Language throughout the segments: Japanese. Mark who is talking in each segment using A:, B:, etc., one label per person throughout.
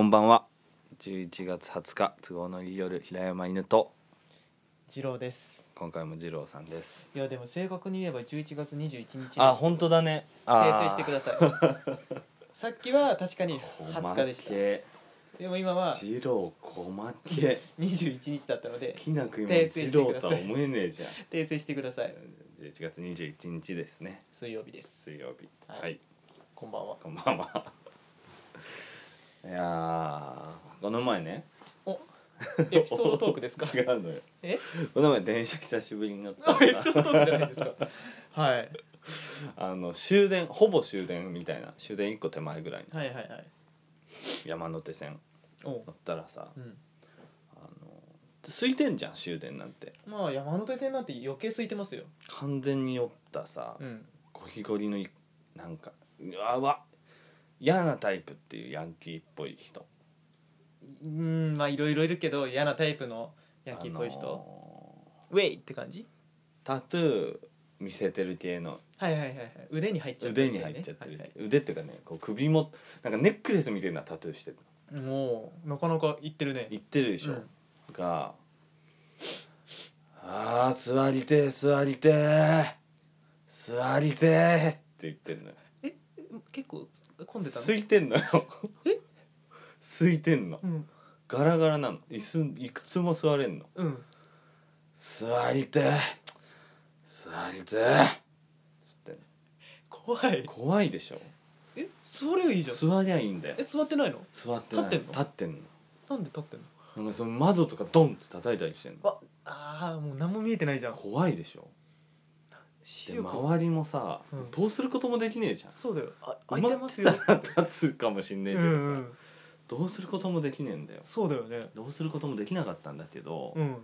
A: んばんは11月20日都合のいい夜平山犬と
B: 次郎です
A: 今回も二郎さんです
B: いやでも正確に言えば11月21日です
A: あ本当だね
B: 訂正してく
A: さ
B: ださいさっきは確かに20日でした
A: け
B: でも今は
A: 二郎細け
B: 21日だったの
A: 好
B: で
A: きな食い物
B: 訂正
A: 二
B: してく
A: 郎
B: だ
A: と
B: さい
A: は思えねえじゃん
B: 訂正してください
A: 11月21日ですね
B: 水曜日です
A: 水曜日は、
B: はいいこんばんは
A: こんばんはいやーこの前ね
B: おエピソードトークですか
A: 違うのよ
B: え
A: この前電車久しぶりに乗っ
B: あエピソ
A: た
B: ードトークじゃないですかはい
A: あの終電ほぼ終電みたいな終電1個手前ぐらいの
B: はいはいはい
A: 山手線
B: おう
A: 乗ったらさ
B: うん
A: あの空いてんじゃん終電なんて
B: まあ山手線なんて余計空いてますよ
A: 完全に酔ったさ、
B: うん
A: ゴリゴリのいなんかうわうわ嫌なタイプっていうヤンキーっぽい人
B: うんまあいろいろいるけど嫌なタイプのヤンキーっぽい人、
A: あの
B: ウェイって感じ
A: ータトゥー見せてる系の
B: はいはいはいはい腕に入っちゃっ
A: 腕
B: てる
A: に
B: ね
A: 入っちゃってる、
B: はい
A: 腕っていうかねこう首もなんかネックレスみたいなタトゥーしてる
B: はいもうなかなかいってるね
A: 言ってるでしょ、
B: うん
A: が「あー座りてー座りてー座りてー」って言ってんのよ
B: 結構混んでた
A: 空いてんのよ空いてんの
B: うん
A: ガラガラなの椅子いくつも座れんの
B: うん
A: 座りてー座りてーつってんの
B: 怖い
A: 怖いでしょ
B: え座ればいいじゃん
A: 座りゃいいんだよ
B: え座ってないの
A: 座ってない
B: 立ってんの
A: 立ってんの
B: なんで立ってんの
A: なんかその窓とかドンって叩いたりしてんの
B: わあーもう何も見えてないじゃん
A: 怖いでしょ
B: 視
A: で
B: 力
A: 周りもさ、
B: うん
A: どうすることもできねえじゃん
B: そうだよあ
A: 埋
B: 開い
A: まって
B: ますよ
A: たら立つかもしん
B: う
A: ねえ
B: ん
A: けどさ、
B: うん
A: どうすることもできねえんだよ
B: そうだよね
A: どうすることもできなかったんだけど、
B: うん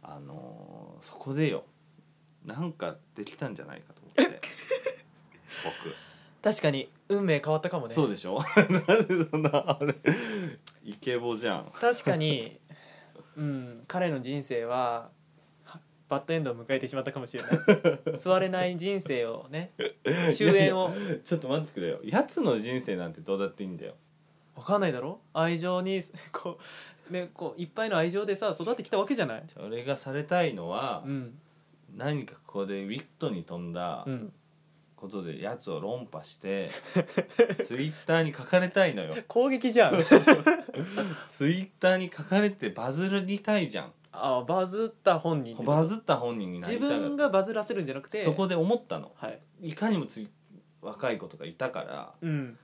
A: あのーそこでよなんかできたんじゃないかと思って
B: 確かに運命変わったかも
A: 僕
B: ね
A: そうでしょ なんでそんなあれイケボじゃん
B: 確かにうん彼の人生ははバッドエンドを迎えてしまったかもしれない 座れない人生をね終焉を
A: いやいやちょっと待ってくれよやつの人生なんてどうだっていいんだよ
B: わかんないだろ愛情に こう,、ね、こういっぱいの愛情でさ育ってきたわけじゃない
A: 俺がされたいのは、
B: うん
A: 何かここでウィットに飛んだ
B: うん
A: ことでやつを論破して ツイッターに書かれたいのよ
B: 攻撃じゃん
A: ツイッターに書かれてバズりたいじゃん
B: あバズった本人ってこと
A: バズった本人になり
B: 自
A: たい
B: 分がバズらせるんじゃなくて
A: そこで思ったの
B: はい
A: いかにもつい若い子とかいたから
B: うん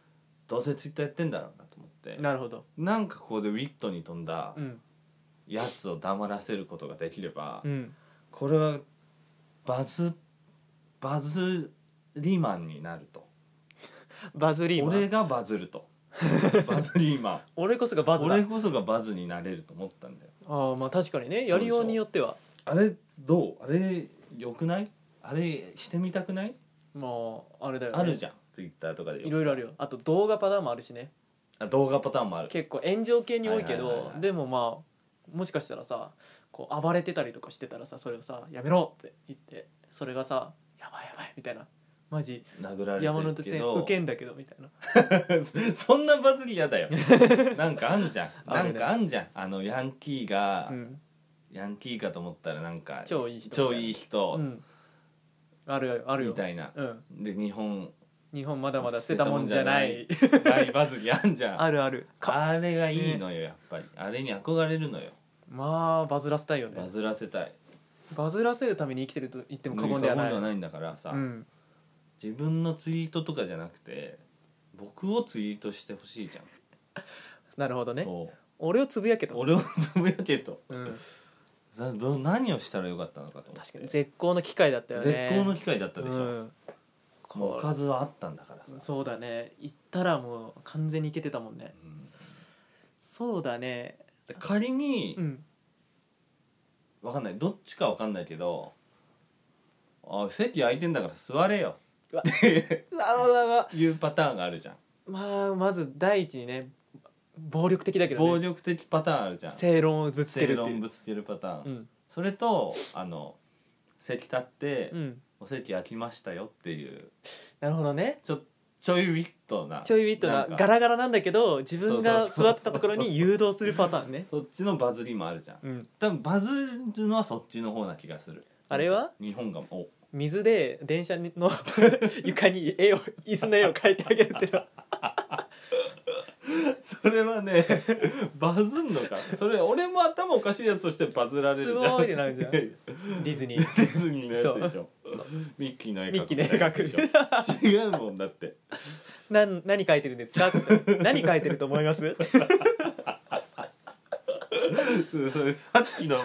A: どうせツイッターやってんだろうなと思ってな
B: なるほど
A: んかここでウィットに飛んだ
B: うん
A: やつを黙らせることができれば、
B: うん
A: これはバズバズリマンになると
B: バズリーマン
A: 俺
B: 俺
A: がバズる とバズリーマン
B: こそがバズだ
A: 俺こそがバズになれると思ったんだよ
B: ああまあ確かにねやりようによっては
A: あれどうあれよくないあれしてみたくない
B: まああれだよ、ね、
A: あるじゃんツイッターとかでよく
B: いろいろあるよあと動画パターンもあるしね
A: あ動画パターンもある
B: 結構炎上系に多いけ
A: はいはいはい
B: ど
A: はい
B: でもまあもしかしたらさこう暴れてたりとかしてたらさそれをさ「やめろ!」って言ってそれがさ「やばいやばい」みたいなマジ
A: 殴られ
B: 山
A: て
B: 手
A: るけ
B: 線
A: ど
B: 受けんだけどみたいな
A: そんなバズり嫌だ よなんかあんじゃん
B: あ
A: な
B: る
A: ん
B: ね
A: かあんじゃんあのヤンキーが、
B: うん
A: ヤンキーかと思ったらなんか
B: 超いい人
A: 超いい
B: 人
A: 人
B: うんあるよあるよ
A: みたいな、
B: うん
A: で日本
B: 日本まだまだ捨てたもんじゃない
A: 大バズりあんじゃん
B: あるあるか
A: あれがいいのよやっぱりあれに憧れるのよ
B: まあバズらせたいよ
A: バ
B: ね
A: ズらせたい
B: バズらせるために生きてると言っても過言ではない
A: 過言んだからさ、
B: うん
A: 自分のツイートとかじゃなくて僕をツイートしてほしいじゃん
B: なるほどね
A: そう
B: 俺をつぶやけと
A: 俺をつぶやけと
B: うん
A: さど何をしたらよかったのかと思って
B: 確かに絶好の機会だったよね
A: 絶好の機会だったでしょ、
B: うん
A: もうおかずはあったんだからさ、
B: そうだね行ったらもう完全に行けてたもんね
A: うん
B: そうだね
A: で仮に、
B: うん
A: わかんないどっちかわかんないけど「あ席空いてんだから座れよ
B: うわうわうわ」
A: いうパターンがあるじゃん、
B: まあまず第一にね暴力 的だけど
A: 暴
B: ね
A: 力的パターンあるじゃん
B: 正論をぶつける
A: 正
B: って
A: 論
B: いう
A: ぶつけるパターン、
B: うん
A: それとあの席立って、
B: うん
A: お席空きましたよ」っていう
B: なるほどね
A: ちょっちょいウィットな
B: ちょいウィットな
A: なんか
B: ガラガラなんだけど自分が
A: そうそうそうそう
B: 座ってたところに誘導するパターンね
A: そっちのバズりもあるじゃん
B: うん
A: 多分バズるのはそっちの方な気がする
B: あれは
A: 日本がお
B: 水で電 車の床に絵を椅子の絵を描いてあげるっての
A: それはね バズんのかそれ俺も頭おかしいやつとしてバズられるじゃん
B: すごいってなるじゃん
A: デ
B: ディズ ニー
A: ィズニーのやつでしょミッキーの絵
B: ミ
A: 描
B: ッ
A: く
B: キー
A: み
B: の
A: たいなやつで
B: 絵描く
A: しょ違うもんだって
B: なん何描いてるんですかって何描いてると思います
A: うんそれさっきの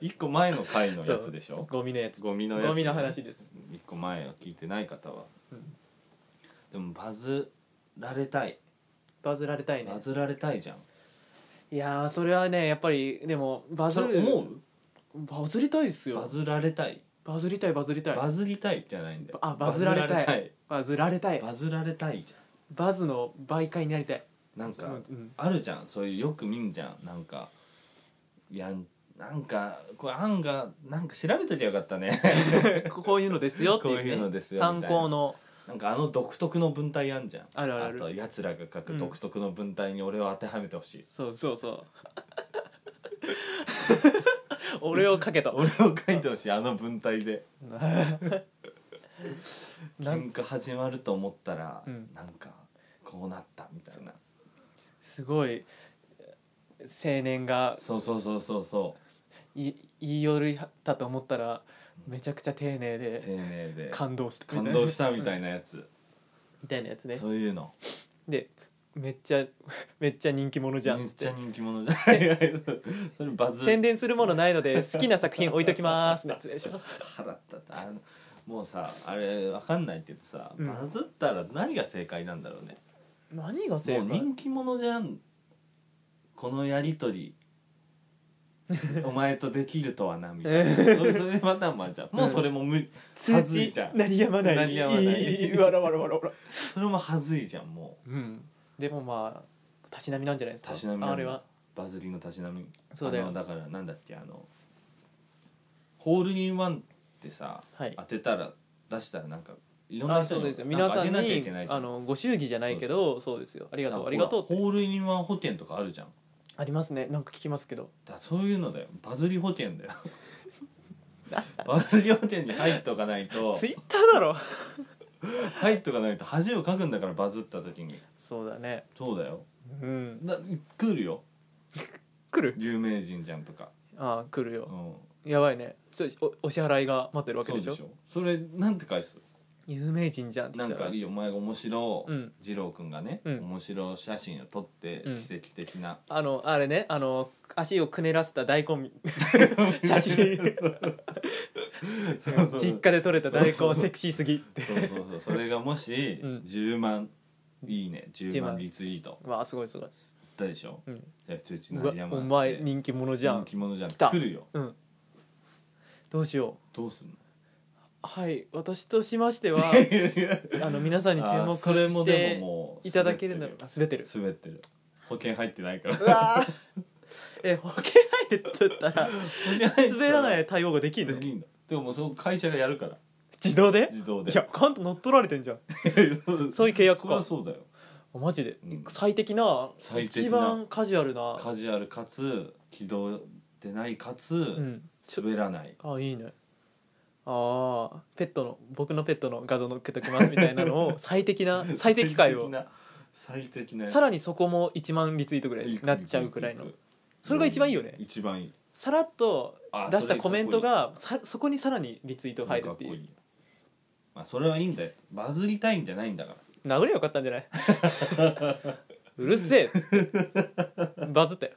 A: 一個前の回のやつでしょ
B: ゴミのやつ
A: ゴミのやつ
B: ゴミの話です
A: 一個前を聞いてない方は、
B: うん
A: でもバズられたい
B: バズられたいね
A: バズられたいじゃん
B: いやーそれはねやっぱりでもバズ
A: それ
B: る
A: 思う
B: バズりたいです
A: バ
B: よ
A: ズられたい
B: バズりたいバズりたい
A: バズりたいじゃないんだよ
B: あバズられたいバズられたい
A: バズられたいじゃ
B: バズの媒介になりたい
A: んなんか
B: うん
A: あるじゃんそういうよく見んじゃんなんかやんなんかこれ案がなんか調べときゃよかった ね
B: こういうのですよっていう,、ね、
A: こういうのですよみ
B: 参
A: たいな
B: 考の
A: なんかあの独特の文体あんじゃん
B: あるあるある
A: とやつらが書く独特の文体に俺を当てはめてほしい、
B: そうそうそう 俺をかけた
A: 俺を書いてほしいあの文体で
B: なん
A: 喧嘩始まると思ったら、
B: うん
A: なんかこうなったみたいな
B: すごい青年が
A: そうそうそうそうそ
B: い言い寄りだと思ったらめちゃくちゃ丁寧
A: う丁
B: で
A: 寧で
B: 感動 したみたい
A: 感
B: な
A: 動したみた
B: う
A: い
B: ん
A: なやつ、
B: みたいなやつね
A: そういうの
B: でめっちゃ めっちゃ人気者じゃん
A: め
B: っ
A: っ
B: つっ
A: ちゃ
B: て
A: 人気者じゃん いやいやそれバズ
B: 宣伝するものないので好きな作品置いときますのやつでし ょ
A: 払ったってあのもうさあれわかんないけどさ、
B: うん
A: バズったら何が正解なんだろうね
B: 何が正
A: もう
B: 解
A: 人気者じゃんこのやりと りお前とできるとはなみたいなそれそれパターンもあるじゃんもうそれも無理は
B: 通
A: ずい
B: 知
A: じゃん
B: 鳴りやまない
A: 鳴りやまない
B: い いわらわらわらわら
A: それもはずいじゃんも
B: うんでもまあたしなみなんじゃないですか
A: たしなみなんだ
B: あれは
A: うバズりのたしなみ
B: そうだよ
A: あのだからなんだっけあのホールインワンってさ、
B: はい
A: 当てたら出したらなんかいろんな
B: あ
A: 人
B: そう
A: に
B: ですよ
A: な
B: 皆
A: か
B: さ
A: あげ
B: ん
A: なきゃい
B: に
A: けないじゃん
B: あのご祝儀じゃないけどそうですよありがとうありがとうって
A: ホールインワン保険とかあるじゃん
B: ありますねなんか聞きますけど
A: だそういうのだよバズり保険 だよバズり保険に入っとかないと
B: ツイッターだろ
A: 入っとかないと恥をかくんだからバズった時に
B: そうだね
A: そうだよ
B: うん
A: だ来るよ
B: 来る
A: 有名人じゃんとか、
B: ああ来る
A: う
B: よ
A: ん、
B: やばいねそうおお支払いが待ってるわけ
A: そう
B: で
A: で
B: し
A: し
B: ょ
A: ょそれなんて返す
B: 有名人じゃんって
A: な
B: 来
A: ん
B: たら
A: かいいよお前が面白、
B: うん
A: 二郎くんがね、
B: うん
A: 面白写真を撮って、
B: うん
A: 奇跡的な
B: あのあれねあの足をくねらせた大根み写真
A: そうそうそう
B: 実家で撮れた大根
A: そうそう
B: セクシーすぎって
A: そうそうそうそれがもし、
B: うん
A: 10万いいね10
B: 10
A: 万
B: 万
A: リツイート
B: わあすごいすごい、
A: だでしょ
B: うん、
A: じゃあ通知
B: う
A: 鳴
B: わ
A: りやま
B: お
A: なくて
B: 前人気者じゃん
A: 人気者じゃん
B: 来た
A: 来るよ
B: うんどうしよ
A: どうすん の
B: うはい私としましては あの皆さんに注
A: あ
B: 目
A: ーそれも
B: し
A: で
B: て
A: ももう
B: いただけるの
A: の
B: あ滑ってる
A: 滑ってる保険入ってないから
B: うわー え保険入ってたら滑らないい対応ができ
A: で
B: んの
A: きんのでももうその会社がやるから
B: 自動で
A: 自動で
B: い やカント乗っ取られてんじゃんそういう契約
A: それは
B: か
A: そうだよ
B: マジで、
A: うん
B: 最適な
A: 最適な
B: 一番カジュアルな
A: カジュアルかつ軌道でないかつ、
B: うんちょ
A: 滑らない
B: あいいねああペットの僕のペットの画像載っけときますみたいなの を最適な最適解を
A: 最適な
B: さ
A: ら
B: らにそこも1万リツイートぐらいになっちゃうくらいのそれが一番いいよね
A: 一番いい
B: さらっと
A: あ
B: 出したコメントがさそこにさらにリツイート
A: それ
B: 入
A: か
B: る
A: っ
B: っ
A: こ
B: て
A: い
B: いう
A: いまあそれはいいんだよバズりたいんじゃないんだから
B: 殴れよかったんじ ゃないうるせえっつってバズったよ、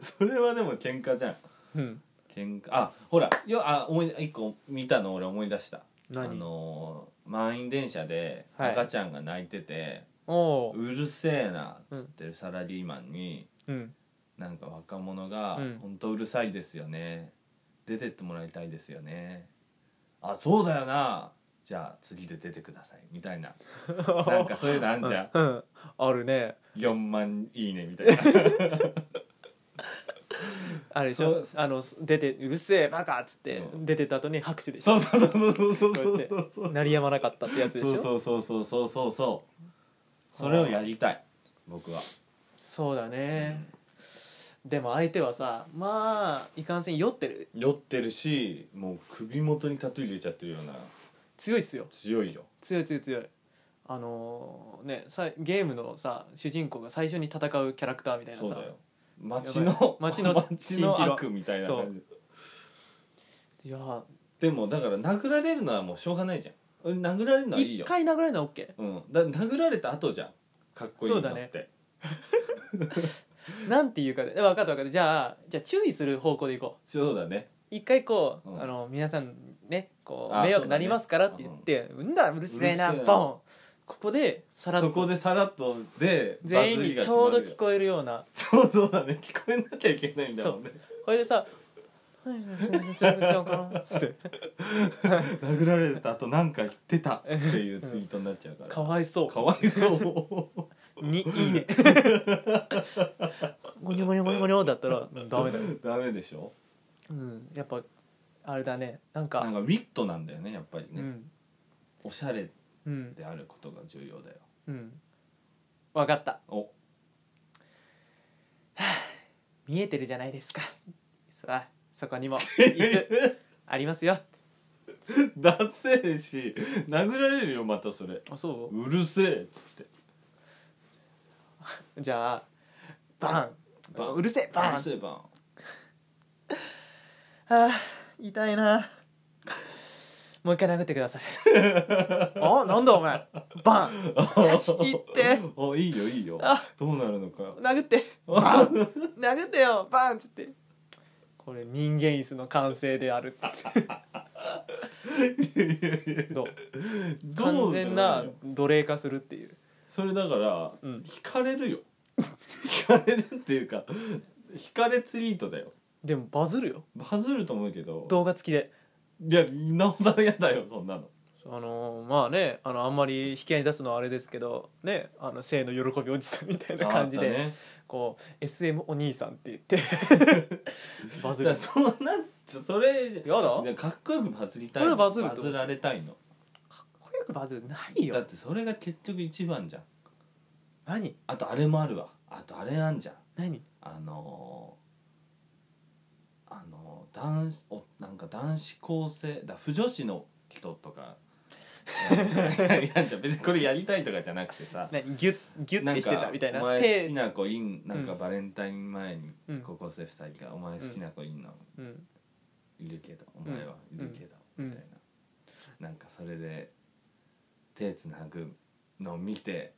A: それはでも喧嘩じゃん
B: うん、
A: 喧嘩あほらよあ思い一個見たの俺思い出した
B: 何
A: あのー満員電車で
B: はい
A: 赤ちゃんが泣いてて「
B: おお
A: うるせえな」っつってるサラリーマンに、
B: う、うん、
A: なんか若者が
B: うん
A: 「本当うるさいですよね出てってもらいたいですよねあそうだよなじゃあ次で出てください」みたいな なんかそういうのあんじゃん
B: うん、うんあるね
A: 4万いいねみたいな
B: あれでしょ
A: そ
B: あの出て「うっせえバカ!」っつって
A: うん
B: 出てった後に拍手でし
A: そ
B: ょ
A: うそうそうそうそうそうそうそう
B: 鳴りやまなかったってやつでしょ
A: そうそうそうそうそうそうそうそれをやりたい僕は、
B: そうだね、でも相手はさまあいかんせん酔ってる
A: 酔ってるしもう首元にタトゥー入れちゃってるような
B: 強いっすよ
A: 強いよ
B: 強い強い強いあのーねさゲームのさ主人公が最初に戦うキャラクターみたいな
A: そう
B: さ
A: だよ街の
B: やばい街の
A: 街の悪みたいな感じ
B: いや
A: でもだから殴られるのはもうしょうがないじゃん俺殴られるのはいい
B: 一
A: よ、
B: 回殴られるのは OK
A: うん、だ殴られた後じゃんかっこいいのって
B: そうだねなんていうかで分かった分かったじゃあじゃあ注意する方向でいこう
A: そうだね
B: 一回こう、
A: うん
B: あの皆さんねこう
A: あ
B: 迷惑なりますからって言って「うんだうるせえな
A: うるせえな
B: ボン!」ここでさらっ
A: そ
B: と
A: こでさらっとで
B: 全員にちょうど聞
A: こ
B: こえるような
A: えちょうどだね聞こえなきゃいけないんだもんね
B: これでさ「はいはい全然全然わからん」っつって
A: 殴られた後なんか言ってたっていうツイートになっちゃうか
B: 「
A: ら
B: かわいそう」
A: かわいそう
B: にいいね。ゴニョゴニョゴニョゴニョだったらうんダメだよ。
A: ダメでしょ
B: うん、やっぱあれだね。なんか
A: なんかウィットなんだよねやっぱり
B: う
A: ね、
B: ん
A: おしゃれ
B: うん
A: であることが重要だよ
B: うん。わかった。
A: お
B: 見えてるじゃないですか。さあそこにも椅子ありますよ。
A: ダセえし殴られるよまたそれ
B: あそう
A: るせえっつって
B: う。じゃあバン
A: バン
B: うるせえバン。
A: うるせえバン
B: ああ痛いな。もう一回殴ってください。あなんだお前バン
A: い
B: いって
A: あいいよいいよ
B: あ
A: どうなるのか
B: 殴ってバン殴ってよバンっつってこれ人間椅子の完成であるってどう
A: どう
B: 完全な
A: だろう
B: 奴隷化するっていう
A: それだから、
B: うん
A: 惹かれるよ 惹かれるっていうか惹かれツイートだよ
B: でもバズるよ
A: バズると思うけど
B: 動画付きで
A: いやなおさら嫌だよそんなの
B: あのーまあねあのあんまり引き合いに出すのはあれですけどねあの性の喜びおじさんみたいな感じで、
A: ああったね
B: こう SM お兄さんって言って バズ
A: だから
B: る
A: そうなっちゃそれ
B: やだ
A: いやかっこよくバズりたい
B: これ
A: の
B: バズると
A: バズられたいの
B: かっこよくバズるない
A: だ
B: よ
A: ってそれが結局一番じゃん
B: 何
A: あとあれもあるわあとあれあんじゃん
B: 何
A: あのー、あのー、男子おなんか男子高生だ不女子の人と かいやじゃん別にこれやりたいとかじゃなくてさ
B: 何ギュッギュッてしてたみたいな
A: お前好
B: 手
A: きな子いんなんか
B: うん
A: バレンタイン前に
B: うん
A: 高校生2人が「お前好きな子いんの
B: うん
A: いるけどお前はいるけど」
B: うん
A: みたいななんかそれで手つなぐのを見 て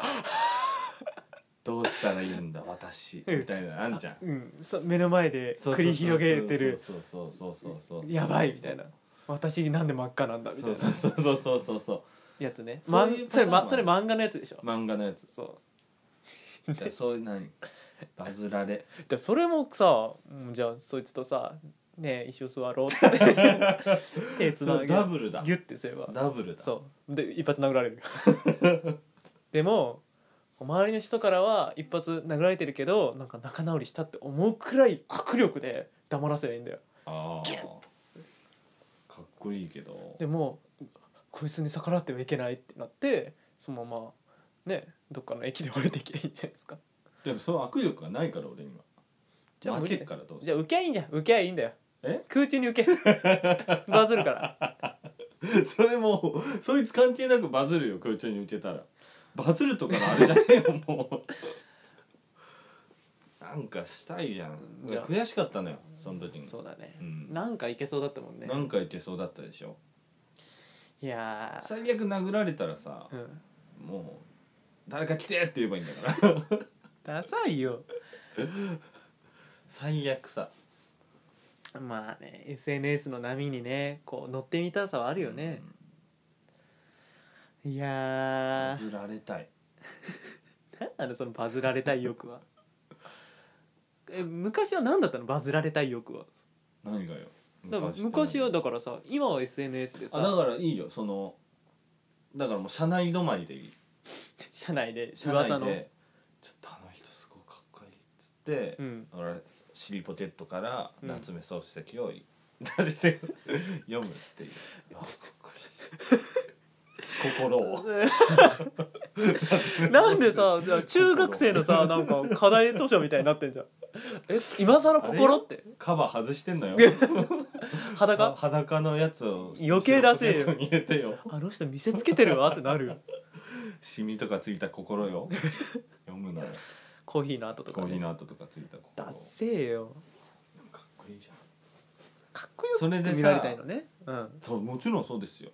A: 「どうしたらいいんだ私」みたいなのあんじゃん
B: うん、そ目の前で繰り広げてる
A: そうそうそうそうそうそう
B: やばいみたいな私なんで真っ赤なんだみた
A: そ
B: いうな
A: そうそうそうそうそうそ
B: やつね
A: そう
B: ま
A: いうパ
B: そ
A: タ
B: れ
A: ーンもあ
B: ま
A: る
B: それ漫画のやつでしょ
A: う漫画のや つ
B: そ
A: だからそういう何バズられ
B: うでそれもさうんじゃあそいつとさねえ一緒座ろうって 手つなげ
A: ダブルだ
B: ギュッてすれば
A: ダブルだ
B: そうで一発殴られる でも周りの人からは一発殴られてるけどなんか仲直りしたって思うくらい握力で黙らせりゃいいんだよ
A: あ
B: ギュ
A: あかっこいいけど
B: でもこいつに逆らってはいけないってなってそのままねどっかの駅で降りていけばいいんじゃないですか
A: でもその握力がないから俺には
B: じゃあ
A: 負
B: 無
A: け
B: 理
A: っからどうし
B: じゃあ受けゃいいんじゃん受けゃいいんだよ
A: え
B: 空中に 受けバズるから
A: それもうそいつ関係なくバズるよ空中に受けたらバズるとかのあれじゃねえよもうなんかしたいじゃん
B: じゃあ
A: 悔しかったのよその時に
B: そうだね、
A: うん
B: なんかいけそうだったもんね
A: 何回いけそうだったでしょ
B: いやー
A: 最悪殴られたらさ
B: うん
A: もう誰か来てって言えばいいんだから
B: ダサいよ
A: 最悪さ
B: まあね SNS の波にねこう乗ってみたさはあるよね、いや
A: バズ
B: ー
A: られたい
B: 何なのそのバズられたい欲 はえ昔は何だったのバズられたい欲は
A: 何がよ
B: だから
A: って何
B: 昔はだからさ今は SNS で
A: あだ
B: さ
A: からいいよそのだからもう社内止まりでいい
B: 社内で
A: 社内
B: 噂 の
A: で「ちょっとあの人すごいかっこいい」っつって
B: うん
A: 俺尻ポケットから
B: うん
A: 夏目漱石を出して読むって いうあこれ心 を
B: なんでさじゃあ中学生のさなんか課題図書みたいになってんじゃんえ今更心って
A: カバー外してんのよ
B: 裸
A: 裸のやつを
B: 余計出せよ
A: 後ろポケットに入れてよ
B: あの人見せつけてるわってなるよ
A: シミとかついた心よ 読むなよ
B: コーヒーの後と
A: コ
B: か
A: ーヒー
B: ね
A: の跡とかついた心
B: だっせーよ
A: かっこいいじゃん
B: かっこよ
A: それで
B: く
A: さ
B: 見られたいのねうん
A: そうもちろんそうですよ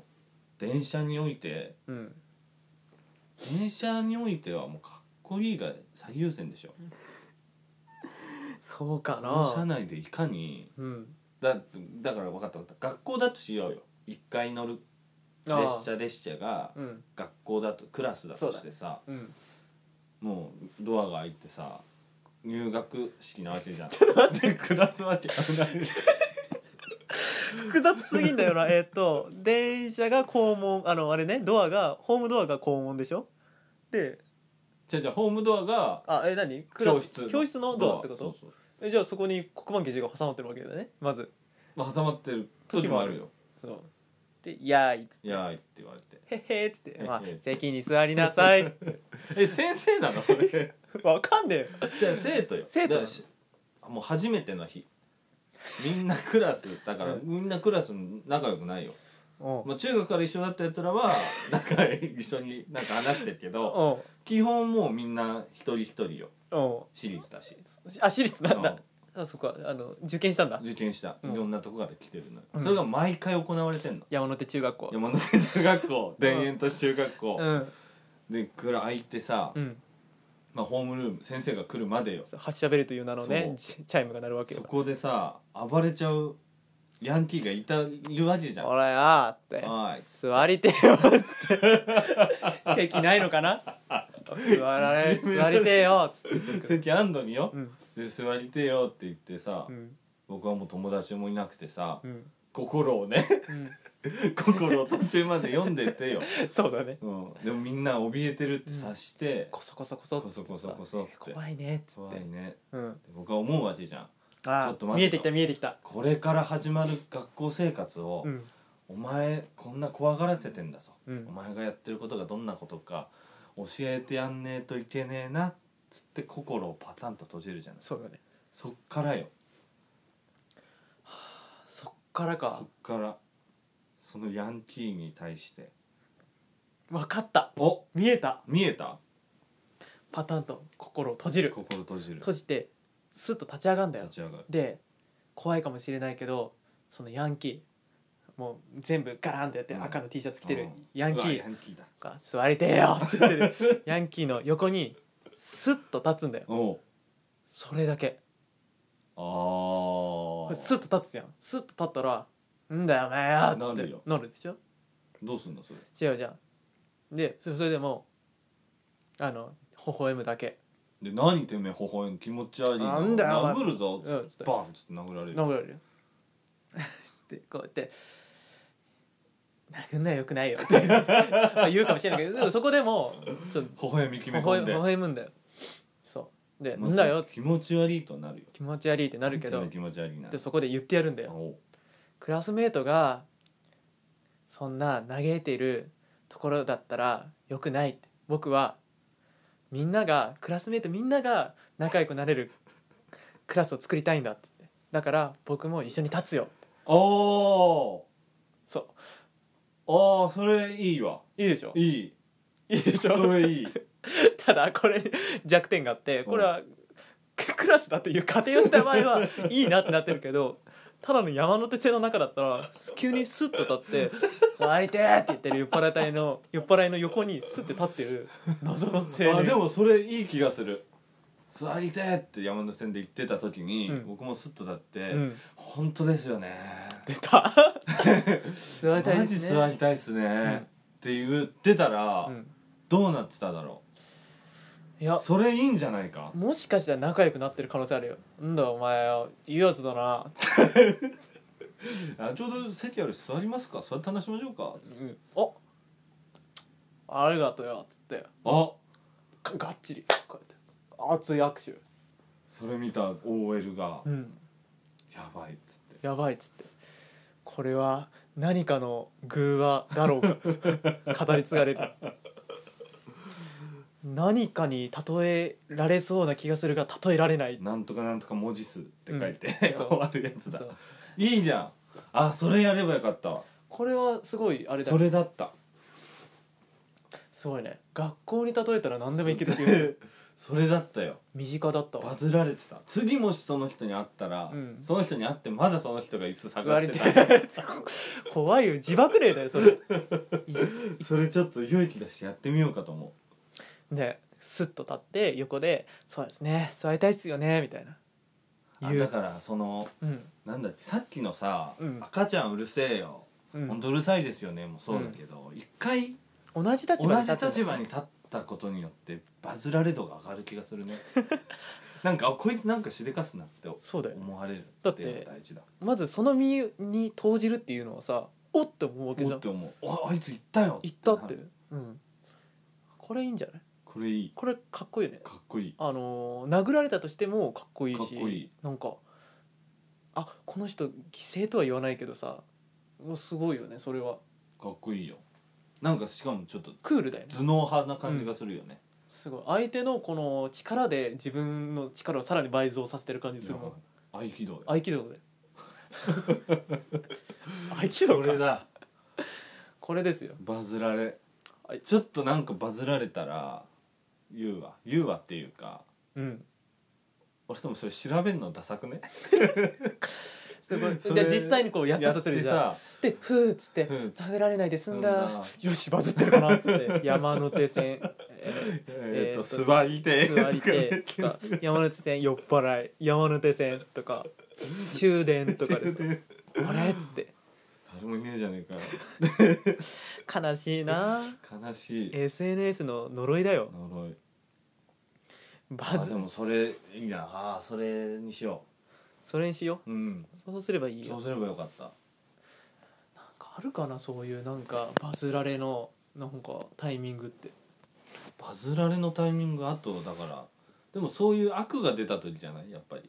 A: 電車において
B: うん
A: 電車においてはもうかっこいいが最優先でしょ
B: そうか
A: その車
B: な
A: 内でいかに
B: うん
A: だだから分かった分かった学校だとしようよ一回乗る
B: あー
A: 列車列車が
B: うん
A: 学校だとクラスだとしてさ
B: うん
A: もうドアが開いてさ入学式なわ けじゃんちょっと待ってクラス分け危ない
B: 複雑すぎんだよな えっと電車が校門あのあれねドアがホームドアが校門でしょで
A: じゃじゃホームドアが
B: あえ何クラ
A: 教
B: ス
A: 室
B: 教室のドアってこと
A: そうそう
B: えじゃあそこに黒板掲示が挟まってるわけだねまず
A: まあ挟まってる時もあるよ
B: そうで「やーい」っつっ
A: いやーいって言われて
B: て「へへ」っつって「まあ
A: へへ
B: 席に座りなさい」っつって
A: え先生な のこれ
B: わかんねえよ
A: じゃあ生徒よ
B: 生徒な
A: だから
B: の
A: しもう初めての日みんなクラスだから
B: うん
A: みんなクラス仲良くないよ、
B: おう
A: まあ、中学から一緒だったやつらはなんか一緒になんか話してるけど
B: おう
A: 基本もうみんな一人一人よ
B: お
A: 私立だし
B: うあ私立なん
A: う
B: だ
A: ん
B: あそっかあの受験したんだ
A: 受験した、
B: うん
A: いろんなとこから来てるのよ、
B: うん
A: それが毎回行われてんの
B: 山手中学校
A: 山手中学校田園都市中学校、
B: うん
A: でくら空いてさ、
B: うん
A: まあ、ホームルーム先生が来るまでよ
B: そう発車ベルという名の
A: そ
B: ね
A: う
B: チチャイムが鳴るわけ
A: そ
B: よ
A: こでさ暴れちゃうヤンキーがいたいるわけ
B: 「
A: じゃん
B: ほらよ」って
A: はーい
B: 「座りてよ」っ つって「席ないのかな座られ座りてよ」っつって
A: 席あんのによ
B: う、ん
A: で座りてよって言ってさ、
B: うん
A: 僕はもう友達もいなくてさ、
B: うん
A: 心をね
B: うん
A: 心を途中まで読んでてよ、
B: そうだね
A: うん、でもみんな怯えてるって察して、
B: こそこそこそっ
A: こ
B: つ
A: そ
B: って
A: こ
B: さ
A: そこそって
B: 怖いねっつっ
A: 怖
B: て
A: いね
B: うん
A: で僕は思うわけじゃん
B: あー
A: ちょっと待
B: 見
A: っ
B: え
A: て
B: て
A: よ
B: きた見えてきた
A: これから始まる学校生活を、
B: うん
A: お前こんな怖がらせてんだぞ、
B: うん
A: お前がやってることがどんなことか教えてやんねえといけねえなっつって心をパタンと閉じるじゃない
B: そうだね
A: そっからよ
B: そっから
A: そ
B: か
A: っからそのヤンキーに対して
B: 分かった
A: お
B: 見えた
A: 見えた
B: パタンと心を閉じる
A: 心閉じる
B: 閉じてスッと立ち上がんだよ
A: 立ち上がる
B: で怖いかもしれないけどそのヤンキーもう全部ガランってやって
A: うん
B: 赤の T シャツ着て
A: う
B: る
A: ん
B: ヤン
A: う
B: キ
A: わ
B: ー
A: ヤンキーだ
B: が「座りてえよ」っつってる ヤンキーの横にスッと立つんだよ
A: おう
B: それだけこ
A: あ
B: れ
A: あ
B: スッと立つじゃんスッと立ったら「んだよお前よ」っつっ
A: な
B: て
A: るよ
B: なるでしょ
A: どうすんのそれ
B: 違うじゃんでそそれでもあの微笑むだけ
A: で何てめえ微笑む気持ち悪い
B: なんだよお前
A: 殴るぞ
B: うんちょっと
A: バンっつって殴られる
B: 殴られるよでこうや って「殴んなよよくないよ」って まあ言うかもしれないけどでもそこでもちょっと
A: 微笑み決
B: 微
A: め込
B: 笑
A: ん
B: 微
A: で
B: 笑むんだよそうで「
A: ま
B: ん
A: あ
B: だよ」
A: 気持ち悪いとなるよ
B: 気持ち悪いってなるけ
A: な
B: ど
A: んてめえ気持ち悪いな
B: でそこで言ってやるんだよ
A: おう
B: クラスメートがそんな嘆いているところだったらよくないって僕はみんながクラスメートみんなが仲良くなれるクラスを作りたいんだって言ってだから僕も一緒に立つよ
A: お
B: そ
A: ーあーそれいいわ
B: ういいでしょ
A: いい
B: いいでし
A: そ
B: ょ
A: れいい
B: ただこれ弱点があってこれはククラスだっていう仮定をした場合 はいいなってなってるけどただの山手線の中だったら急にスッと立って「座りて!」って言ってる酔っ払い隊の酔っ払いの横にスッて立ってる謎の青年
A: あでもそれいい気がする座りてーって山手線で言ってた時に、
B: うん
A: 僕もスッと立って、
B: うん、
A: 本当ですよね
B: 出た 座りたい
A: マ
B: で
A: ジ
B: すね
A: 座りたいっすね、
B: ん
A: って言ってたら、
B: うん、
A: どうなってただろ
B: いうや
A: それいいんじゃないか
B: もしかしたら仲良くなってる可能性あるよなんだお前よいいやつだな、
A: あちょうど席あるし座りますか座って話しましょうか
B: うん、おありがとうよっつって
A: あ
B: かがっちりこうやって熱い握手
A: それ見た OL が
B: うん、
A: 「やばい」っつって
B: やばいっつってこれは何かの偶話だろうか語り継がれる何かに例えられそうな気がするが例えられな
A: 「
B: い
A: なんとかなんとか文字数」って書いて、
B: んそう
A: 終わるやつだ
B: そう
A: いいじゃんあそれやればよかったわ
B: これはすごいあれだ
A: そ
B: ね
A: れだった
B: すごいね学校に例えたら何でもいけるっていう
A: それだったよ
B: 身近だったわ
A: バズられてた次もしその人に会ったら、
B: うん
A: その人に会ってまだその人が椅子
B: 座
A: 探
B: り
A: してて
B: た
A: た
B: 怖いよ自爆霊だよそれ
A: それちょっと勇気出してやってみようかと思
B: ねスッと立って横で「そうですね座りたいっすよね」みたいな
A: うあ
B: 言
A: だ
B: う
A: からその
B: うん
A: なんだっけさっきのさ、
B: うん
A: 赤ちゃんうるせえよ、
B: うん
A: ほんとうるさいですよねもうそうだけど、一回
B: 同じ立場
A: 同
B: で
A: じ
B: 立つ
A: 立場に立ったことによってバズられ度が上がる気がするね なんかあこいつなんかしでかすなって
B: そうだよ
A: 思われる
B: だ
A: っ
B: ってて
A: いうのが大事だ
B: まずその身に投じるっていうのはさおっって思うわけじ
A: お
B: ゃ
A: っ
B: ん
A: て思うああいつ行ったよ
B: 言ったって、
A: なる
B: うんこれいいんじゃない
A: これいい
B: これかっこいいね
A: かっこいい
B: あのー殴られたとしてもかっこいいし
A: かっこいい
B: なんかあこの人犠牲とは言わないけどさもうすごいよねそれは
A: かっこいいよなんかしかもちょっと
B: クールだよね
A: 頭脳派な感じがするよね、
B: すごい相手のこの力で自分の力をさらに倍増させてる感じするもん
A: 合気道だ
B: 合気道だよ合気道
A: それ
B: か
A: だ
B: これですよ
A: バズられ
B: はい
A: ちょっとなんかバズられたら言うわ言うわっていうか
B: うん
A: 俺でもそれ調べるのダサくね
B: すごいじ
A: そ
B: ゃあ
A: れ
B: 実際にこうやったとするじゃん
A: やって
B: で「ふー」っつって
A: ふーっ
B: 「
A: つ
B: 殴られないで済ん
A: 済ん
B: だ
A: だ」
B: 「よしバズってるかな」っつ って「山手線」
A: さえー、と
B: えーと
A: 座り
B: え
A: て
B: ー「座りて」とか「山手線酔っ払い」「山手線」とか「終電」とかです
A: 終電
B: 「あれ?」っつって
A: 誰もいねえじゃねえ
B: 「悲しいな
A: かよ悲しい
B: SNS の呪いだよ
A: 呪い
B: バ
A: あ
B: ズ
A: でもそれいいなあーそれにしよ
B: それにしよ
A: ううん
B: うそうすればいい
A: そ
B: よ
A: うすればよかった
B: なんかあるかなそういうなんかバズられのなんかタイミングって
A: バズられのタイミングあとだからでもそういう悪が出た時じゃないやっぱり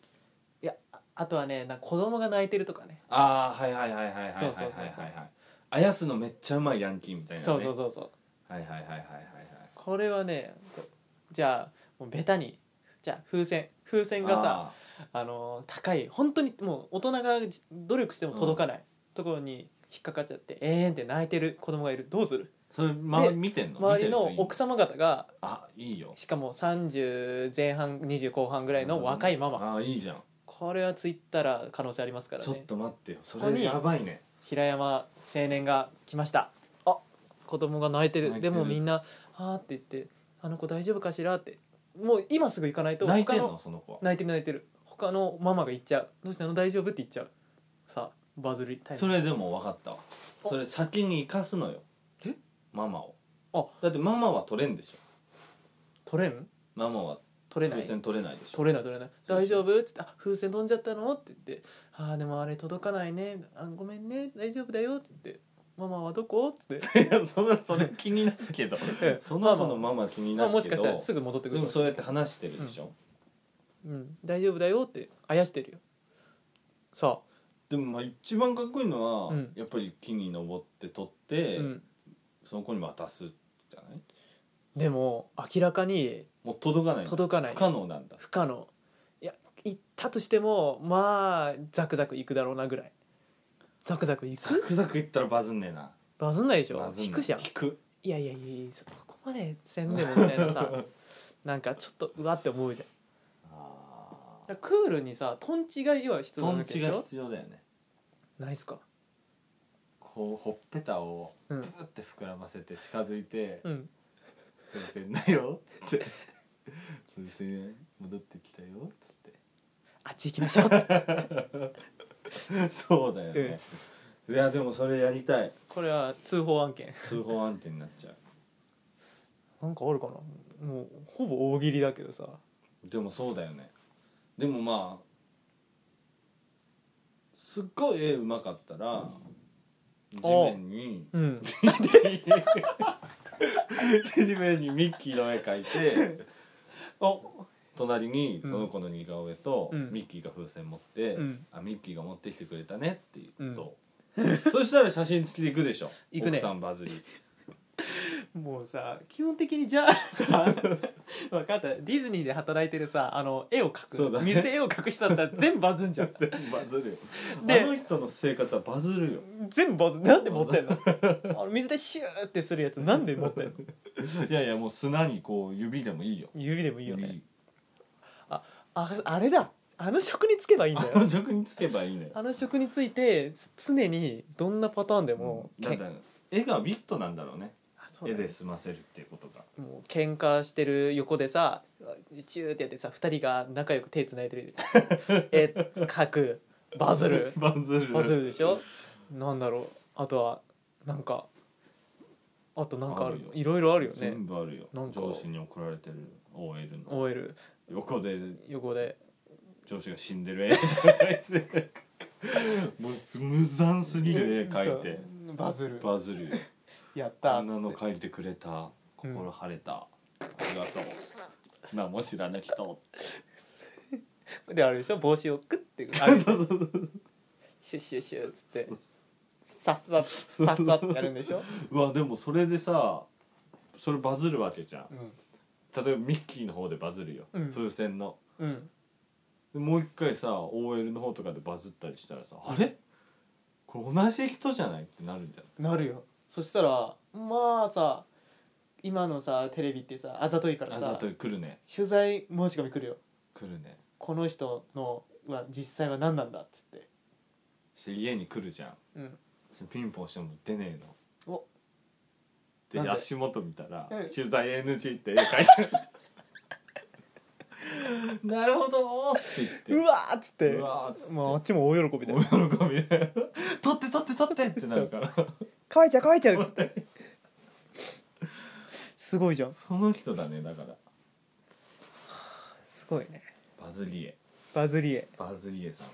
B: いやああとはねなんか子供が泣いてるとかね
A: ああはいはいはいはいはいはいはい
B: そう
A: は
B: そ
A: いう
B: そうそう
A: はいあやすのめっちゃうまいヤンキーみたいなね
B: そうそうそうそう
A: はいはいはいはいはいはい
B: これはねこじゃあもうベタにじゃあ風船風船がさ
A: あ
B: あの高い本当にもう大人がじ努力しても届かない、ところに引っかかっちゃってええんって泣いてる子供がいるどうする
A: ーそれ、ま、
B: で
A: 見てんの
B: 周りの
A: 見てる人いる
B: 奥様方が
A: あいいよ
B: しかも30前半20後半ぐらいの若いママ
A: ああいいじゃん、
B: これはツイッターら可能性ありますから
A: ちょっ
B: ね
A: と待ってよそ
B: ここ
A: れ
B: に
A: やばいね
B: 平山青年が来ましたあ子供が泣いてる
A: 泣いて
B: で
A: る
B: もみんな「あ」って言って「あの子大丈夫かしら?」ってもう今すぐ行かないと
A: 泣いてん
B: 他
A: のその子は
B: 泣いてる泣いてる他のママが言っちゃう「どうしたの大丈夫?」って言っちゃうさあバズりタイ
A: そ
B: ム
A: れでも分かったわ
B: お
A: それ先に生かすのよ
B: え
A: ママを
B: あ
A: だってママは取れんでしょ
B: 取れん
A: ママは
B: 取れな
A: 風
B: い
A: 船
B: 取
A: 取れないでしょ
B: れない取れない「
A: そうそう
B: 大丈夫?」っつって「あ風船飛んじゃったの?」って言って「あーでもあれ届かないねあごめんね大丈夫だよ」っつって「ママはどこ?」っつって
A: いやそんなそれ 気になるけ ど
B: ええ
A: その子のママ気にな
B: まあ
A: る
B: も
A: け
B: しかし
A: ど
B: たらすぐ戻ってく
A: でも
B: るかもしれ
A: そう
B: ない
A: やって話してるでしょ、
B: うん、大丈夫だよってあやしてるよさ
A: でもまあ一番かっこいいのは、
B: うん
A: やっぱり木に登って取っ
B: あ、
A: て、
B: うん、
A: その子に渡すじゃない
B: でも明らかに
A: もう届かない
B: 届かない
A: 不可能なんだ
B: 不可能いや行ったとしてもまあザクザクいくだろうなぐらいザクザクい
A: ザ
B: く
A: クザクいったらバズんねえな
B: バズんないでしょ
A: バズんない
B: 引くじゃん
A: 引く
B: いやいやいやそこまでせんでもみたい なさなんかちょっとうわって思うじゃん
A: あ
B: だからクールにさトンチが要は必要
A: ト
B: なわ
A: ン
B: け
A: チ
B: でし
A: が
B: ょ
A: 必要だよね
B: ないっすか
A: こうほっぺたを
B: う
A: ブ
B: ん
A: ーって膨らませて近づいて
B: うん
A: 「風船だよ」っつって「風船戻ってきたよ」っつって
B: あっち行きましょうっつって
A: そうだよね、いやでもそれやりたい
B: これは通報案件
A: 通報案件になっちゃう
B: なんかあるかなもうほぼ大喜利だけどさ
A: でもそうだよねでもまあすっごい絵うまかったら地面に
B: うん
A: 地面にミッキーの絵描いて
B: お
A: 隣に
B: う
A: そ
B: ん
A: の子の似顔絵と
B: うん
A: ミッキーが風船持って
B: うん
A: 「あミッキーが持ってきてくれたね」って言うと そしたら写真付きで行くでしょ
B: 行くね
A: 奥さんバズ り
B: もうさ基本的にじゃあ さ分かったディズニーで働いてるさあの絵を描く
A: そうだね
B: 水で絵を描く人だったら全部バズんじゃん
A: 全部バズるよ
B: で
A: あの人の生活はバズるよ
B: 全部バズなんで持ってん のあの水でシューってするやつなんで持ってんの
A: いやいやもう砂にこう指でもいいよ
B: 指でもいいよね
A: い
B: ああれだあの職につけばいいんだ
A: あ の
B: よ
A: 職につけばいいのよ
B: あの職について常にどんなパターンでも、
A: うんだ
B: け
A: っ
B: ん
A: て絵がビットなんだろうね
B: あそうだ
A: 絵
B: ね
A: で済ませるっていうことが
B: もう喧嘩してる横でさチューってやってさ2人が仲良く手つない でる絵描くバズる
A: バズる
B: バズるでしょなんだろうあとはなんかあとなんかある
A: あるよ
B: いろいろあるよね
A: 全部あるよ
B: なんか
A: 上司に怒られてる OL の
B: OL
A: 横で
B: 横で
A: 上司が死んで る絵もう無残すぎる絵描いて
B: そうバズる
A: バズるよ
B: やった
A: あ
B: っ
A: んなの
B: つって
A: 描いてくれた心晴れた、ありがとう何も知らない人
B: であれでしょ帽子をクッてあげて
A: うそう
B: シュッシュッシュッつってさっさっさっさってやるんでしょ、
A: うわでもそれでさそれバズるわけじゃん
B: うん
A: 例えばミッキーの方でバズるよ、
B: うん
A: 風船の
B: うん、
A: でもう一回さ OL の方とかでバズったりしたらさあれこれ同じ人じゃないってなるんじゃん
B: なるよそしたらまあさ今のさテレビってさあざといから
A: あざ
B: さ
A: とい来るね
B: 取材申し込み来るよ
A: 来るね
B: この人のは実際は何なんだっつって
A: して家に来るじゃん
B: うん
A: それピンポンしても出ねえの
B: おなん
A: で
B: で
A: 足元見たら
B: うん
A: 「取材 NG」って絵描い てあるなるほどーって
B: う
A: 言っ
B: わーっつって
A: てうわーっつって
B: まああっちも大喜びだよ
A: 大喜びで「撮って撮って撮って」ってなるから
B: 乾いちゃう乾いちゃうっつって すごいじゃん
A: その人だねだから
B: すごいね
A: バズリエ
B: バズり絵
A: バズリエさん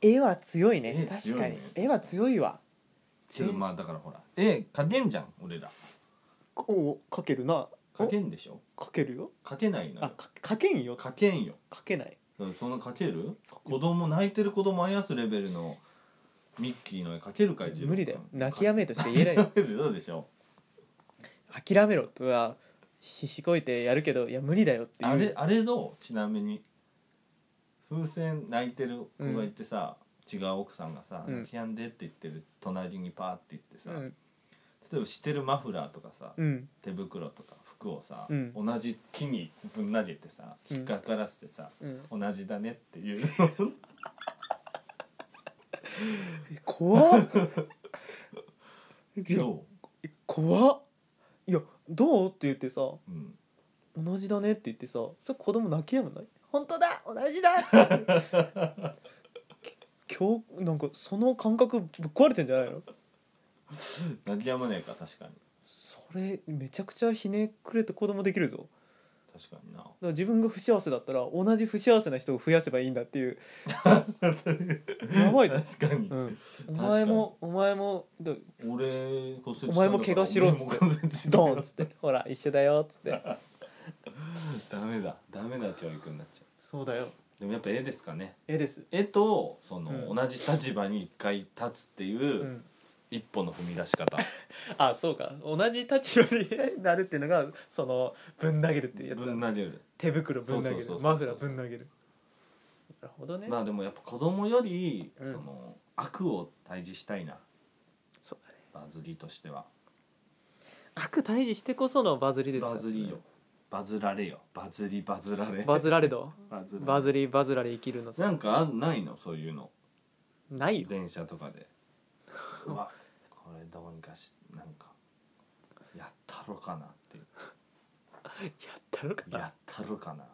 B: 絵は強い
A: 絵
B: ね確
A: 強い
B: か
A: ね
B: に絵は強いわ
A: ちょっとまあだからほら絵描けんじゃん俺ら
B: お描けるな
A: 描けんでしょ
B: お描けるよ
A: 描けないの
B: あ
A: よ
B: か描けんよ
A: 描けんよ
B: 描けない
A: そその描ける子供泣いてる子供あやすレベルのミッキーの絵描けるかい
B: 無理だよ泣きやめとして言えない よ
A: めてどうでしょ
B: 諦めろとはひしこいてやるけどいや無理だよって
A: う
B: いう
A: あれあれのちなみに風船泣いてる子がいてさ、違う奥さんがさ「
B: うん
A: 泣きやんで」って言ってる隣にパーって言って
B: う
A: さ、
B: ん
A: 例えばしてるマフラーとかさ、
B: うん
A: 手袋とか服をさ、
B: うん
A: 同じ木にぶん投げてさ
B: うん
A: 引っかからせてさ、
B: うん
A: 同じだねって いう
B: え 怖っいや
A: ど
B: 怖っいやどうって言ってさ
A: う、うん、
B: 同じだねって言ってさそれ子供泣きやむない本当だ同じだって 今日なんかその感覚ぶっ壊れてんじゃないの
A: 泣きやまねえか確かに
B: それめちゃくちゃひねくれて子供できるぞだか
A: 確かにな
B: ら自分が不幸せだったら同じ不幸せな人を増やせばいいんだっていうやばいぞ、
A: 確かに
B: う、ん、お
A: に
B: 前もお前もど
A: 俺骨折したんだから
B: お前も怪我しろっつって
A: 俺も骨折しろ
B: ドンっつってほら一緒だよっつって
A: ダメだダメな教育になっちゃ
B: そうだよ
A: うでもやっぱ絵ですかね
B: 絵です
A: 絵とその、
B: うん
A: 同じ立場に一回立つっていう、
B: うん
A: 一歩の踏み出し方
B: あそうか同じ立場に なるっていうのがそのぶん投げるっていうやつだ
A: ぶん投げる
B: 手袋ぶん投げ
A: そうそうそうそ
B: る
A: う
B: マフラーぶん投げるなるほどね、
A: まあでもやっぱ子供より、
B: うん
A: その悪を退治したいな
B: そうだね
A: バズりとしては
B: 悪退治してこそのバズりですから
A: バズりよバズられよバズりバズられ
B: バズられど
A: バズられ
B: バズりバズられ生きるのさ
A: なんかあんないのそういうの
B: ないよ
A: 電車とか でうわこれどうにかしなんかやったろかな っていう
B: やったろかな
A: やったろかな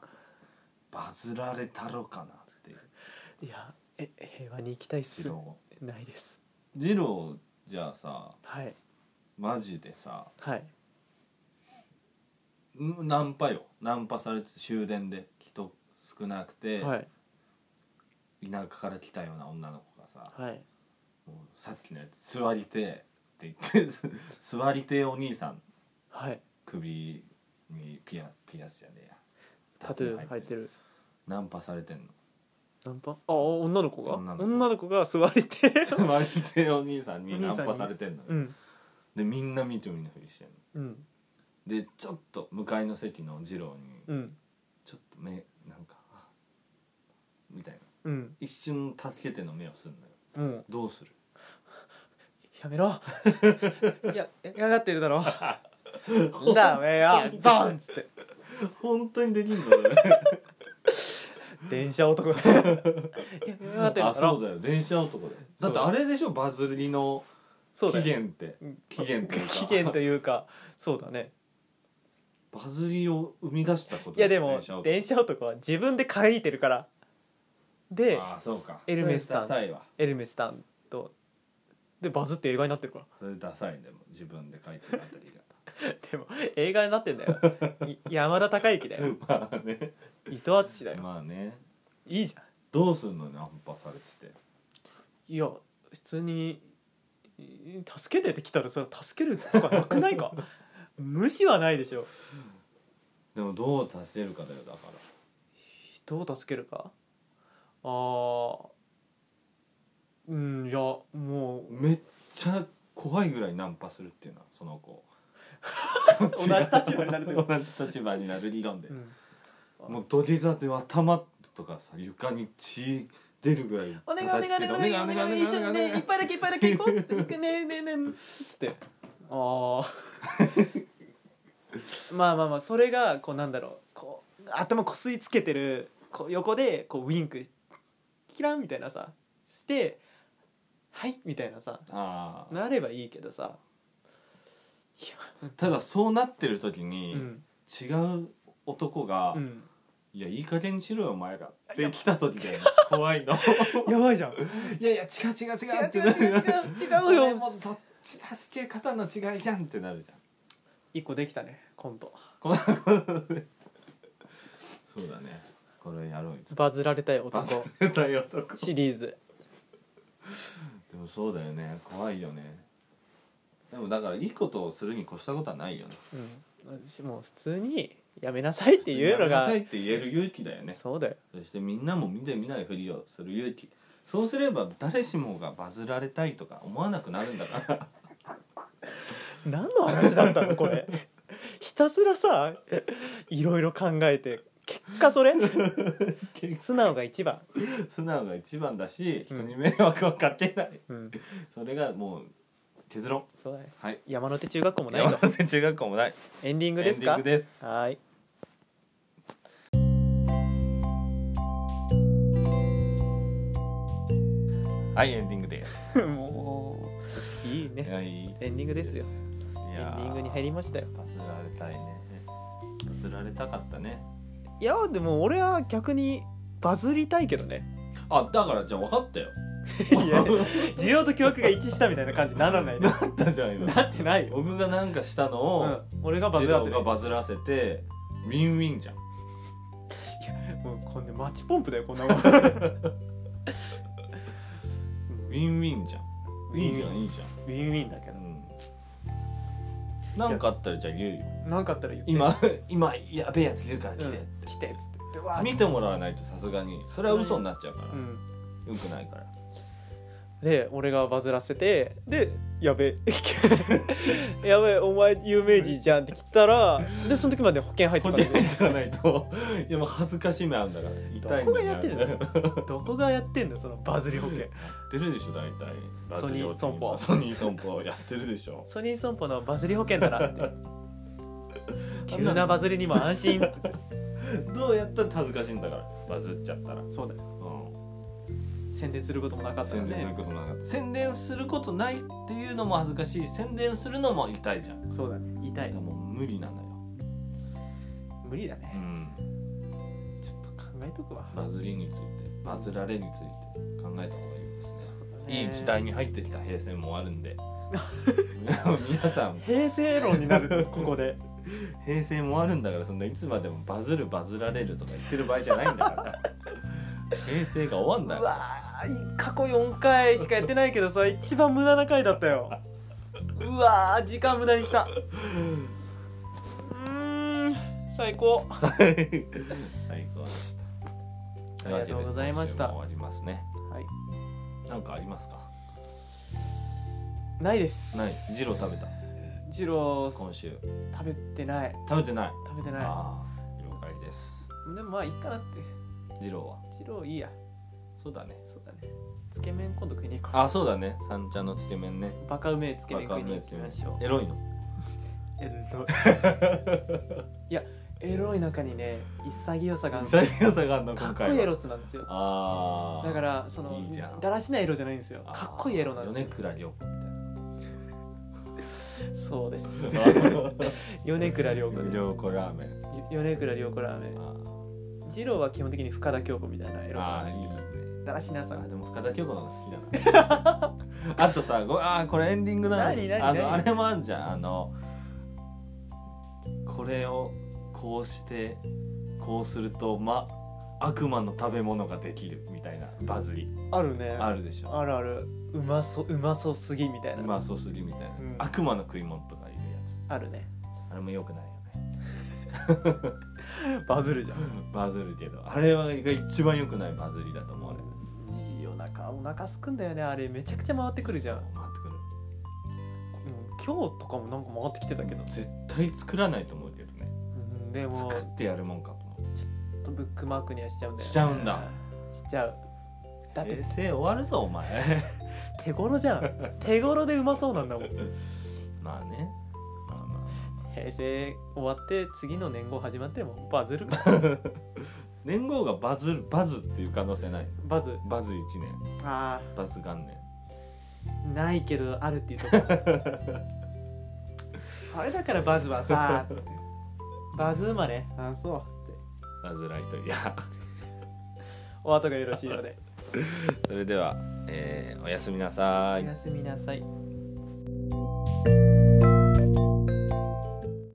A: バズられたろかなっていう
B: いやえ平和に行きたいっ
A: 次
B: す
A: 郎
B: ないです
A: 次郎じゃあさ
B: はい
A: マジでさ
B: はい
A: んナンパよナンパされて終電で人少なくて、
B: はい
A: 田舎から来たような女の子がさ、
B: はい
A: もうさっきのやつ「座りてえ」って言って「座りてえお兄さん
B: はい
A: 首にピアピアスじゃねえや
B: タトゥー入ってる
A: ナンパされてんの
B: ナンパあ女の子が
A: 女
B: 女
A: の
B: の
A: 子
B: 子が座りて
A: 割り手お兄さんにナンパされてんのよ
B: うん
A: でみんなみちょみのふりしてんの
B: うん
A: でちょっと向かいの席の次郎に
B: うん
A: ちょっと目なんかあみたいな
B: うん
A: 一瞬助けての目をすんのよ
B: もう
A: どうする
B: やめろ いや嫌がってるだろ ダメよドンっつって
A: 本当にできんの
B: 電車男 いや嫌がってる
A: あ
B: だ
A: そう
B: ろ
A: だよ電車男だよだってあれでしょバズりの
B: そう
A: 起
B: だよ
A: 源って
B: うん
A: 起源っていうか
B: 期限というかそう だね
A: バズりを生み出したこと
B: いやでも
A: 電車男
B: 電車男は自分で書いてるからで
A: ああそうか
B: エルメスタン
A: それダサいわ
B: エルメスさんとでバズって映画になってるから
A: それダサいでも自分で書いてるあたり
B: でも映画になってんだよい 山田孝之だよ
A: がまあね
B: 伊藤淳だよ
A: まあね
B: いいじゃ
A: どうすんのナンパされてて
B: んいや普通にい助けてって来たらそれは助けるとかなくないか 無視はないでしょ
A: でもどう助けるかだよだから
B: どう助けるかあーうんいやもう
A: めっちゃ怖いぐらいナンパするっていうのはその子 同
B: じ立場になるってこ
A: 同じ立場になる理論で
B: う、ん
A: もう土下座で頭とかさ床に血出るぐらい
B: お願いお願いお願いお願いお願い一緒にねいっぱいだけいっぱいだけ行こう行くねねねねつってああまあまあまあそれがこうなんだろうこう頭こすりつけてるこう横でこうウインクキランみたいなさして「はい」みたいなさ
A: ああ
B: なればいいけどさ
A: ただそうなってる時
B: う
A: に、
B: ん
A: 違う男が、
B: うん
A: いやいい加減にしろよお前ら」って来た時だよね怖いの
B: やばいじゃん
A: いやいや違う 違う違う
B: 違う違う違う違う
A: 俺
B: 違うよ
A: もうそっち助け方の違いじゃんってなるじゃん
B: 一個できたねコント
A: こんなことでそうだねこれやろうよ
B: バズられたい
A: バズ
B: 男
A: れたい男
B: シリーズ
A: でもそうだよね怖いよねでもだからいいことをするに越したことはないよね
B: うん私もう普通にやめなさいっていうの
A: や
B: が
A: めなさいって言える勇気だよね
B: そうだよ
A: そしてみんなも見て見ないふりをする勇気そうすれば誰しもがバズられたいとか思わなくなるんだから
B: 何の話だったのこれ ひたすらさいろいろ考えて結果それ素直が一番、
A: 素直が一番だし人に迷惑はかけない、
B: うん、
A: それがもう結論
B: そうだね
A: はい
B: 山手中学校もない
A: 山
B: と
A: 手中学校もない
B: エンディング
A: エ
B: で
A: ン
B: す
A: ディン
B: か
A: グです
B: はーい
A: はいエンディングです
B: もういいね
A: はい
B: エンディングですよエンディングに入りましたよ
A: バズられたいねバズられたかったね
B: いやでも俺は逆にバズりたいけど ね
A: あだからじゃあ分かったよ
B: いや需要と供給が一致したみたいな感じにならないね
A: あったじゃん今
B: なってないよ、
A: 僕がなんかしたの
B: う
A: を
B: ん、俺が
A: バ
B: バズ
A: ズ
B: らせ
A: が
B: る
A: バズらせてウィンウィンじゃん
B: もうこんでマッチポンプだよこんなもん ウ
A: ウィンウィンじゃ
B: ウィ
A: んい
B: ン
A: いじゃんいいじゃ
B: ィンウィンだけ
A: ん、うん、なんかあったらじゃあ言うよ
B: どなんかあったら言って
A: 今今やべえやついるから来て、
B: うん来てっつってでわーっ
A: 見てもらわないとさすがにそれは嘘になっちゃうから、
B: う
A: よ
B: ん、
A: くないから
B: で俺がバズらせてでやべえ やべえお前有名人じゃんって来たらでその時まで保険入って
A: 保
B: こ
A: 険
B: ない
A: 入ってかないといやもう恥ずかしめあんだから痛い
B: どこがやってんだ
A: や
B: よどこがやってんのそのバズり保険
A: ってるでしょ大体
B: ソニー損保
A: ソニー損保やってるでしょ
B: ソニー損保のバズり保険だなって 急なバズりにも安心
A: どうやったら恥ずかしいんだからバズっちゃったら、うん、
B: そうだよ宣伝することもなかったら
A: 宣伝する
B: ね
A: ことなかった宣伝することないっていうのも恥ずかしい宣伝するのも痛いじゃんだか
B: そうだね痛
A: ら
B: い
A: もう無理なのよ、
B: 無理だね、
A: ん、
B: ちょっと考えとくわ、
A: バズりについてバズられについて考えた方がいいですねいい時
B: え
A: 代に入ってきた平成もあるんで 皆さん
B: ー平成論になるこ こで
A: 平成もあるんだからそんないつまでもバズるバズられるとか言ってる場合じゃないんだから 平成が終わん
B: う
A: ない
B: わー過去4回しかやってないけどさ一番無駄な回だったようわー時間無駄にしたうーん最高
A: 最高でしたな感じで
B: ありがとうございました
A: 今週も終わりますね
B: はい
A: なんかありますか
B: ないです
A: ないジロー食べた
B: ジロー
A: 今週
B: 食べてない
A: 食べてない
B: 食べてな
A: ああ了解です
B: いでもまあいいかなって
A: ジローは
B: ジローいいや
A: そうだね
B: そうだねつけ麺今度食いに行こ
A: あそうだね三茶のつけ麺ね
B: うバカうめえつけ麺
A: バ
B: 食
A: カ
B: いう
A: めえ
B: に
A: つ
B: 行き
A: け麺
B: ましょう
A: エロいの
B: エロい いやエロい中にね潔さがあるんですよ
A: 潔さがあるの
B: か
A: 今
B: っこ
A: 回
B: いいエ
A: は
B: ロスなんですよ
A: ああ
B: だからその
A: いいじゃん
B: だらしないエロじゃないんですよかっこいいエロなんですよ
A: 米倉涼子み
B: そうです
A: たいな
B: 米倉涼 子です
A: 涼子ラーメン
B: よ米倉涼子ラーメン
A: あ
B: 二郎は基本的に深田恭子みたいなエ
A: ー
B: ロさな
A: あ
B: んで
A: ー
B: す
A: い
B: け
A: い
B: ど
A: ね
B: だらしなさ
A: あでも深田恭子の方が好きだ なあとさごあーこれエンディングなのに
B: 何何
A: あの
B: 何
A: あれもあんじゃんあのこれをこうしてこうするとま悪魔の食べ物ができるみたいなバズり
B: あるね
A: あるでしょ
B: あるあるうまそううまそうすぎみたいな、
A: まあそうするみたいな、
B: うん
A: 悪魔の食い物とかいうや
B: あるね
A: つあれもよくないよね
B: バズるじゃ ん
A: バズるけどあれはが一番よくないバズりだと思う俺
B: いいお腹お腹すくんだよねあれめちゃくちゃ回ってくるじゃん、
A: そう回ってくる
B: うん今日とかもなんか回ってきてたけど、
A: 絶対作らないと思うけどね
B: うん、でも
A: 作ってやるもんかと思う
B: とブックマークにはしちゃうんだよ、ね、
A: しちゃうんだ
B: しちゃうだって
A: 衛生終わるぞお前
B: 手頃じゃん手頃でうまそうなんだもん
A: まあねまあまあ
B: 平成終わって次の年号始まってもバズ る
A: 年号がバズるバズっていう可能性ない
B: バズ
A: バズ1年
B: あ
A: バズ元年
B: ーないけどあるっていう とこあれだからバズは さバズ馬ねあそうって
A: バズライトイヤー
B: お後がよろしいので
A: それでは、えーおやすみなさ
B: お
A: い
B: やすみなさい